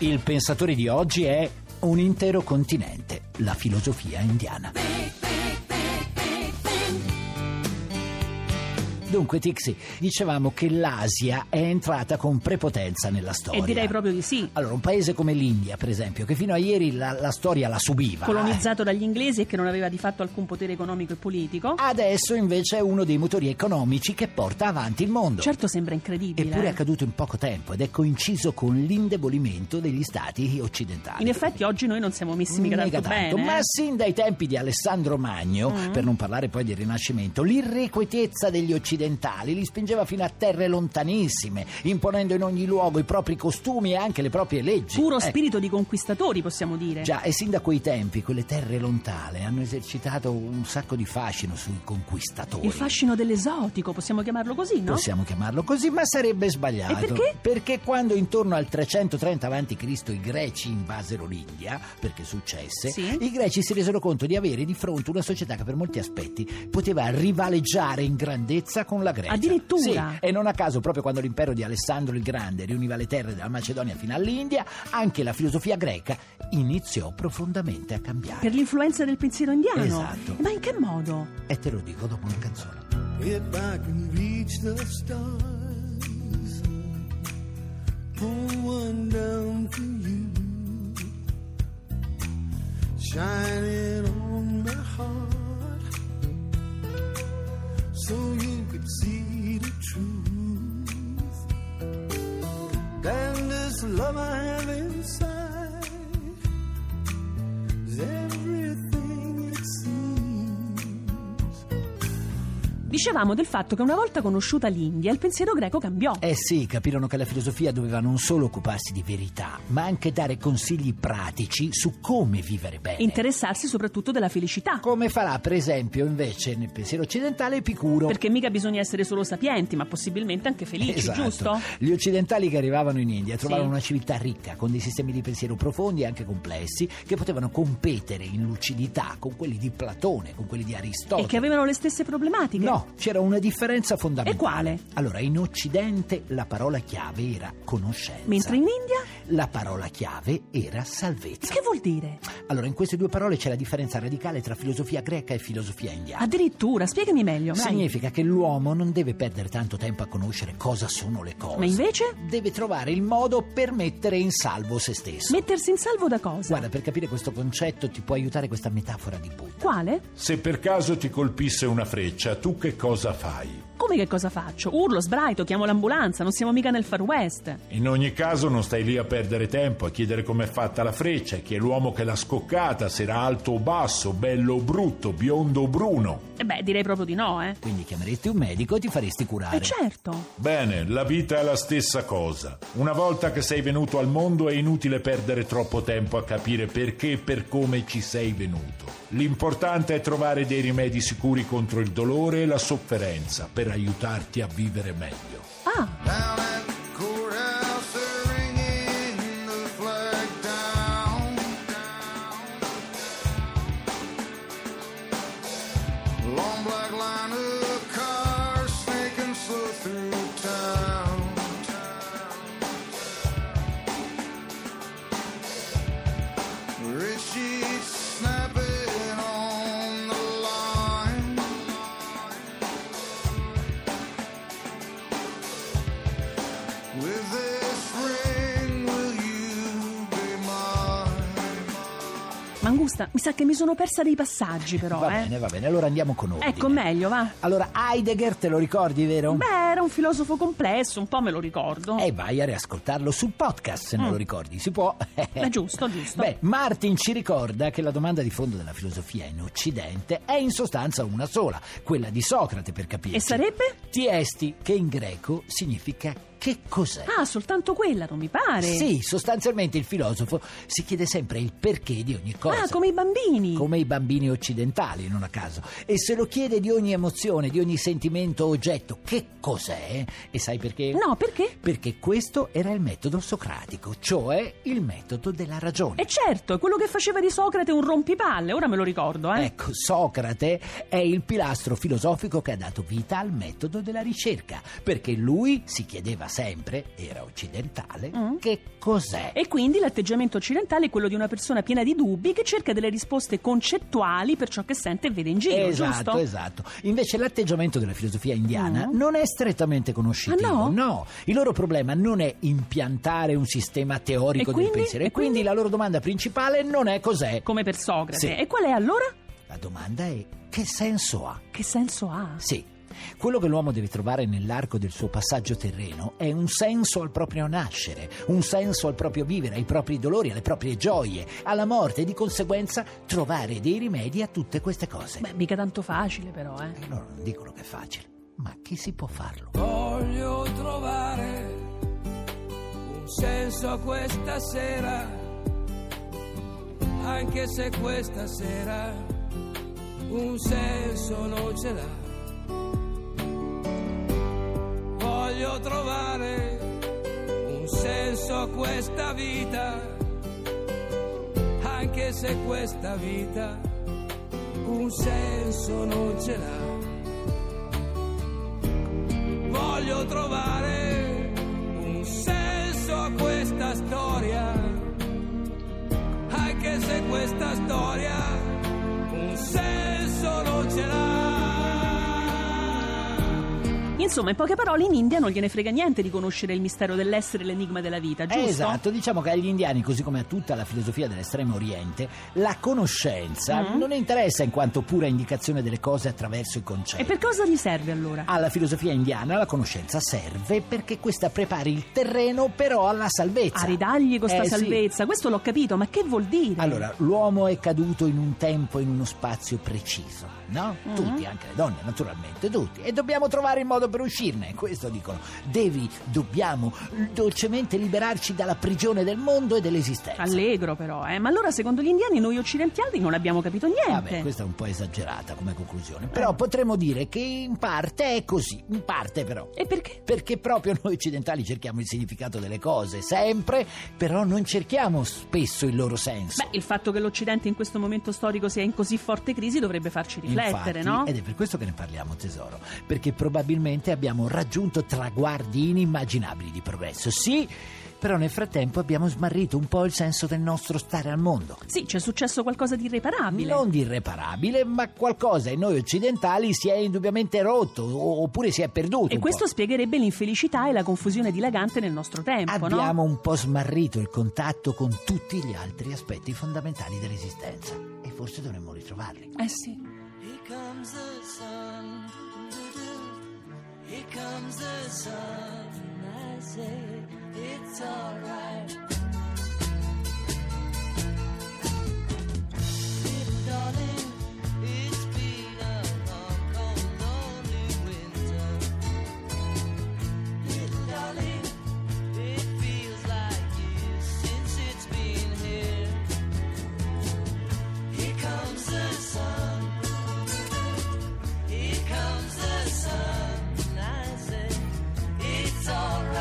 Il pensatore di oggi è un intero continente, la filosofia indiana. Dunque, Tixi, dicevamo che l'Asia è entrata con prepotenza nella storia. e direi proprio di sì. Allora, un paese come l'India, per esempio, che fino a ieri la, la storia la subiva. Colonizzato dagli inglesi e che non aveva di fatto alcun potere economico e politico. Adesso invece è uno dei motori economici che porta avanti il mondo. Certo sembra incredibile. Eppure è eh. accaduto in poco tempo ed è coinciso con l'indebolimento degli stati occidentali. In effetti oggi noi non siamo messi mica Mica tanto, Mm, tanto, bene. ma eh. sin dai tempi di Alessandro Magno, Mm. per non parlare poi del Rinascimento, l'irrequietezza degli occidentali li spingeva fino a terre lontanissime, imponendo in ogni luogo i propri costumi e anche le proprie leggi. Puro Ecco, spirito di conquistatori, possiamo dire. Già, e sin da quei tempi quelle terre lontane hanno esercitato un sacco di fascino sui conquistatori. Il fascino dell'esotico, possiamo chiamarlo così, no? Possiamo chiamarlo così, ma sarebbe sbagliato. E perché? quando intorno al 330 a.C. i greci invasero l'India, perché successe, Sì. i greci si resero conto di avere di fronte una società che per molti aspetti poteva rivaleggiare in grandezza con la Grecia. Addirittura? Sì, e non a caso proprio quando l'impero di Alessandro il Grande riuniva le terre dalla Macedonia fino all'India, anche la filosofia greca iniziò profondamente a cambiare. Per l'influenza del pensiero indiano. Esatto. Ma in che modo? E te lo dico dopo una canzone. If I can reach the stars, pull one down for you, shine it on my heart, so you could see the truth. Then this love I have inside is everything it seems. Dicevamo del fatto che una volta conosciuta l'India, il pensiero greco cambiò. Eh sì, capirono che la filosofia doveva non solo occuparsi di verità, ma anche dare consigli pratici su come vivere bene. Interessarsi soprattutto della felicità. come farà, per esempio, invece nel pensiero occidentale Epicuro. Perché mica bisogna essere solo sapienti, ma possibilmente anche felici, Esatto. giusto? Gli occidentali che arrivavano in India trovarono Sì. una civiltà ricca, con dei sistemi di pensiero profondi e anche complessi, che potevano competere in lucidità con quelli di Platone, con quelli di Aristotele. E che avevano le stesse problematiche. No, c'era una differenza fondamentale. E quale? Allora, in Occidente la parola chiave era conoscenza. Mentre in India? La parola chiave era salvezza. Che vuol dire? Allora, in queste due parole c'è la differenza radicale tra filosofia greca e filosofia indiana. Addirittura, spiegami meglio. vai. Significa che l'uomo non deve perdere tanto tempo a conoscere cosa sono le cose. Ma invece? Deve trovare il modo per mettere in salvo se stesso. Mettersi in salvo da cosa? Guarda, per capire questo concetto ti può aiutare questa metafora di Buddha. Quale? Se per caso ti colpisse una freccia, tu che cosa fai? Come che cosa faccio? Urlo, sbraito, chiamo l'ambulanza, non siamo mica nel Far West. In ogni caso non stai lì a perdere tempo, a chiedere com'è fatta la freccia, chi è l'uomo che l'ha scoccata, se era alto o basso, bello o brutto, biondo o bruno. E beh, direi proprio di no, eh. Quindi chiameresti un medico e ti faresti curare. E certo. Bene, la vita è la stessa cosa. Una volta che sei venuto al mondo è inutile perdere troppo tempo a capire perché e per come ci sei venuto. L'importante è trovare dei rimedi sicuri contro il dolore e la sofferenza per aiutarti a vivere meglio. Ah, Down at the courthouse, they're ringing the flag down. Long black line of cars snaking slow through town. Red sheets snapping on the line. Mangusta, mi sa che mi sono persa dei passaggi però, va eh. bene, va bene, allora andiamo con ordine. Ecco, meglio, va. Allora, Heidegger te lo ricordi, vero? Beh, era un filosofo complesso, un po' me lo ricordo. E vai a riascoltarlo sul podcast se non Mm. lo ricordi, si può. È giusto, giusto. Beh, Martin ci ricorda che la domanda di fondo della filosofia in Occidente è in sostanza una sola, quella di Socrate per capirci. e sarebbe? Tiesti, che in greco significa che cos'è. Ah, soltanto quella, non mi pare. Sì, sostanzialmente il filosofo si chiede sempre il perché di ogni cosa. Ah, come i bambini. come i bambini occidentali, non a caso, e se lo chiede di ogni emozione, di ogni sentimento o oggetto, che cos'è? E sai perché? No, perché? Perché questo era il metodo socratico, cioè il metodo della ragione. E certo, è quello che faceva di Socrate un rompipalle, ora me lo ricordo, eh. Ecco, Socrate è il pilastro filosofico che ha dato vita al metodo della ricerca, perché lui si chiedeva sempre, era occidentale, Mm. che cos'è? E quindi l'atteggiamento occidentale è quello di una persona piena di dubbi che cerca delle risposte concettuali per ciò che sente e vede in giro, esatto, giusto? esatto. Invece l'atteggiamento della filosofia indiana Mm. non è strettamente conoscitivo. Ah, no? il loro problema non è impiantare un sistema teorico E del quindi? pensiero. E quindi? la loro domanda principale non è cos'è. Come per Socrate. Sì. E qual è allora? La domanda è che senso ha? Che senso ha? Sì. Quello che l'uomo deve trovare nell'arco del suo passaggio terreno è un senso al proprio nascere, un senso al proprio vivere, ai propri dolori, alle proprie gioie, alla morte e di conseguenza trovare dei rimedi a tutte queste cose. Beh, mica tanto facile però, eh. E loro non dicono che è facile, ma chi si può farlo? Oh, Voglio trovare un senso a questa sera, anche se questa sera un senso non ce l'ha. Voglio trovare un senso a questa vita, anche se questa vita un senso non ce l'ha voglio trovare un senso a questa storia, anche se questa storia un senso non ce l'ha. Insomma, in poche parole, in India non gliene frega niente di conoscere il mistero dell'essere e l'enigma della vita, Eh, giusto? Esatto, diciamo che agli indiani, così come a tutta la filosofia dell'estremo oriente, la conoscenza Mm. non interessa in quanto pura indicazione delle cose attraverso i concetti. E per cosa gli serve allora? Alla filosofia indiana la conoscenza serve perché questa prepari il terreno però alla salvezza. A ridargli questa Eh, sì. salvezza, questo l'ho capito, ma che vuol dire? Allora, l'uomo è caduto in un tempo, in uno spazio preciso, no? Mm-hmm. Tutti, anche le donne, naturalmente, tutti. E dobbiamo trovare il modo per uscirne, questo dicono. Devi, dobbiamo dolcemente liberarci dalla prigione del mondo e dell'esistenza. Allegro però, eh. Ma allora, secondo gli indiani, noi occidentali non abbiamo capito niente. Eh, Vabbè, questa è un po' esagerata come conclusione, Eh. però potremmo dire che in parte è così, in parte però. E perché? Perché proprio noi occidentali cerchiamo il significato delle cose, sempre, però non cerchiamo spesso il loro senso. Beh, il fatto che l'Occidente in questo momento storico sia in così forte crisi dovrebbe farci riflettere, Infatti, no? Ed è per questo che ne parliamo, tesoro, perché probabilmente abbiamo raggiunto traguardi inimmaginabili di progresso, sì, però nel frattempo abbiamo smarrito un po' il senso del nostro stare al mondo. Sì, c'è successo qualcosa di irreparabile. Non di irreparabile, ma qualcosa in noi occidentali si è indubbiamente rotto o- oppure si è perduto. E un questo po'. spiegherebbe l'infelicità e la confusione dilagante nel nostro tempo, no? Abbiamo un po' smarrito il contatto con tutti gli altri aspetti fondamentali dell'esistenza e forse dovremmo ritrovarli. Eh sì. Here comes the sun. doo-doo. Here comes the sun. And I say it's alright. Dear darling, it's been a long, cold, lonely winter. Dear darling, it feels like years since it's been here. Here comes the sun. Here comes the sun. And I say, it's alright.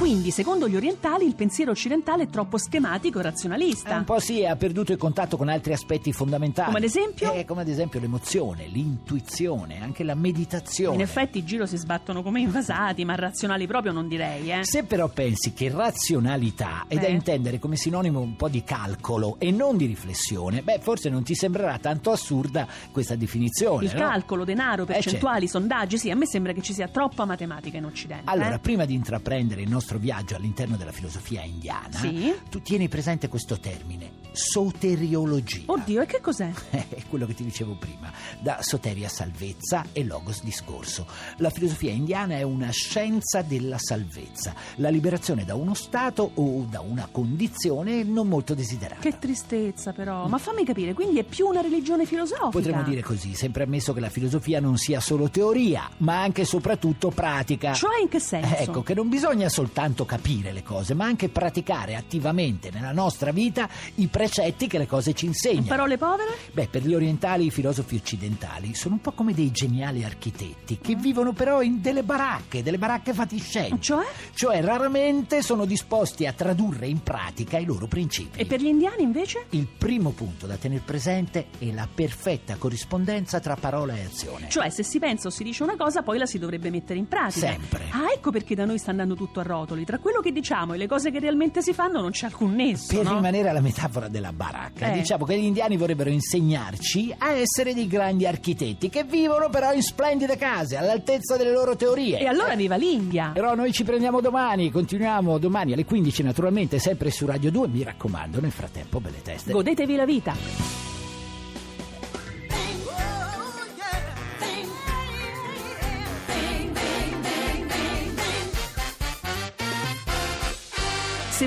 Quindi, secondo gli orientali, il pensiero occidentale è troppo schematico e Eh, Un razionalista. po' sì, ha perduto il contatto con altri aspetti fondamentali. Come ad esempio? Eh, come ad esempio l'emozione, l'intuizione, anche la meditazione. In effetti i giro si sbattono come invasati, ma razionali proprio non direi, eh. Se però pensi che razionalità è da Eh. intendere come sinonimo un po' di calcolo e non di riflessione, beh, forse non ti sembrerà tanto assurda questa definizione. Il no? calcolo, denaro, Eh, percentuali, sondaggi, sì, a me sembra che ci sia troppa matematica in Occidente. Allora, eh. prima di intraprendere il nostro viaggio all'interno della filosofia indiana, Sì. tu tieni presente questo termine, soteriologia. Oddio, e che cos'è? È quello che ti dicevo prima, da soteria salvezza e logos discorso. La filosofia indiana è una scienza della salvezza, la liberazione da uno stato o da una condizione non molto desiderata. Che tristezza però. Ma fammi capire, quindi è più una religione filosofica? Potremmo dire così, sempre ammesso che la filosofia non sia solo teoria, ma anche e soprattutto pratica. Cioè in che senso? Eh, Ecco, che non bisogna soltanto capire le cose, ma anche praticare attivamente nella nostra vita i precetti che le cose ci In insegnano. parole povere? Beh, per gli orientali i filosofi occidentali sono un po' come dei geniali architetti che vivono però in delle baracche, delle baracche fatiscenti. Cioè? Cioè, raramente sono disposti a tradurre in pratica i loro principi. E per gli indiani invece? Il primo punto da tener presente è la perfetta corrispondenza tra parola e azione. Cioè, se si pensa o si dice una cosa, poi la si dovrebbe mettere in pratica. Sempre. Ah, ecco perché da noi sta andando tutto a rotoli. Tra quello che diciamo e le cose che realmente si fanno non c'è alcun nesso. Per no? rimanere alla metafora della baracca, Eh. diciamo che gli indiani vorrebbero insegnarci a essere dei grandi architetti che vivono però in splendide case, all'altezza delle loro teorie. E allora viva l'India! Però noi ci prendiamo domani, continuiamo domani alle 15 naturalmente, sempre su Radio 2, mi raccomando, nel frattempo belle teste. Godetevi la vita! Se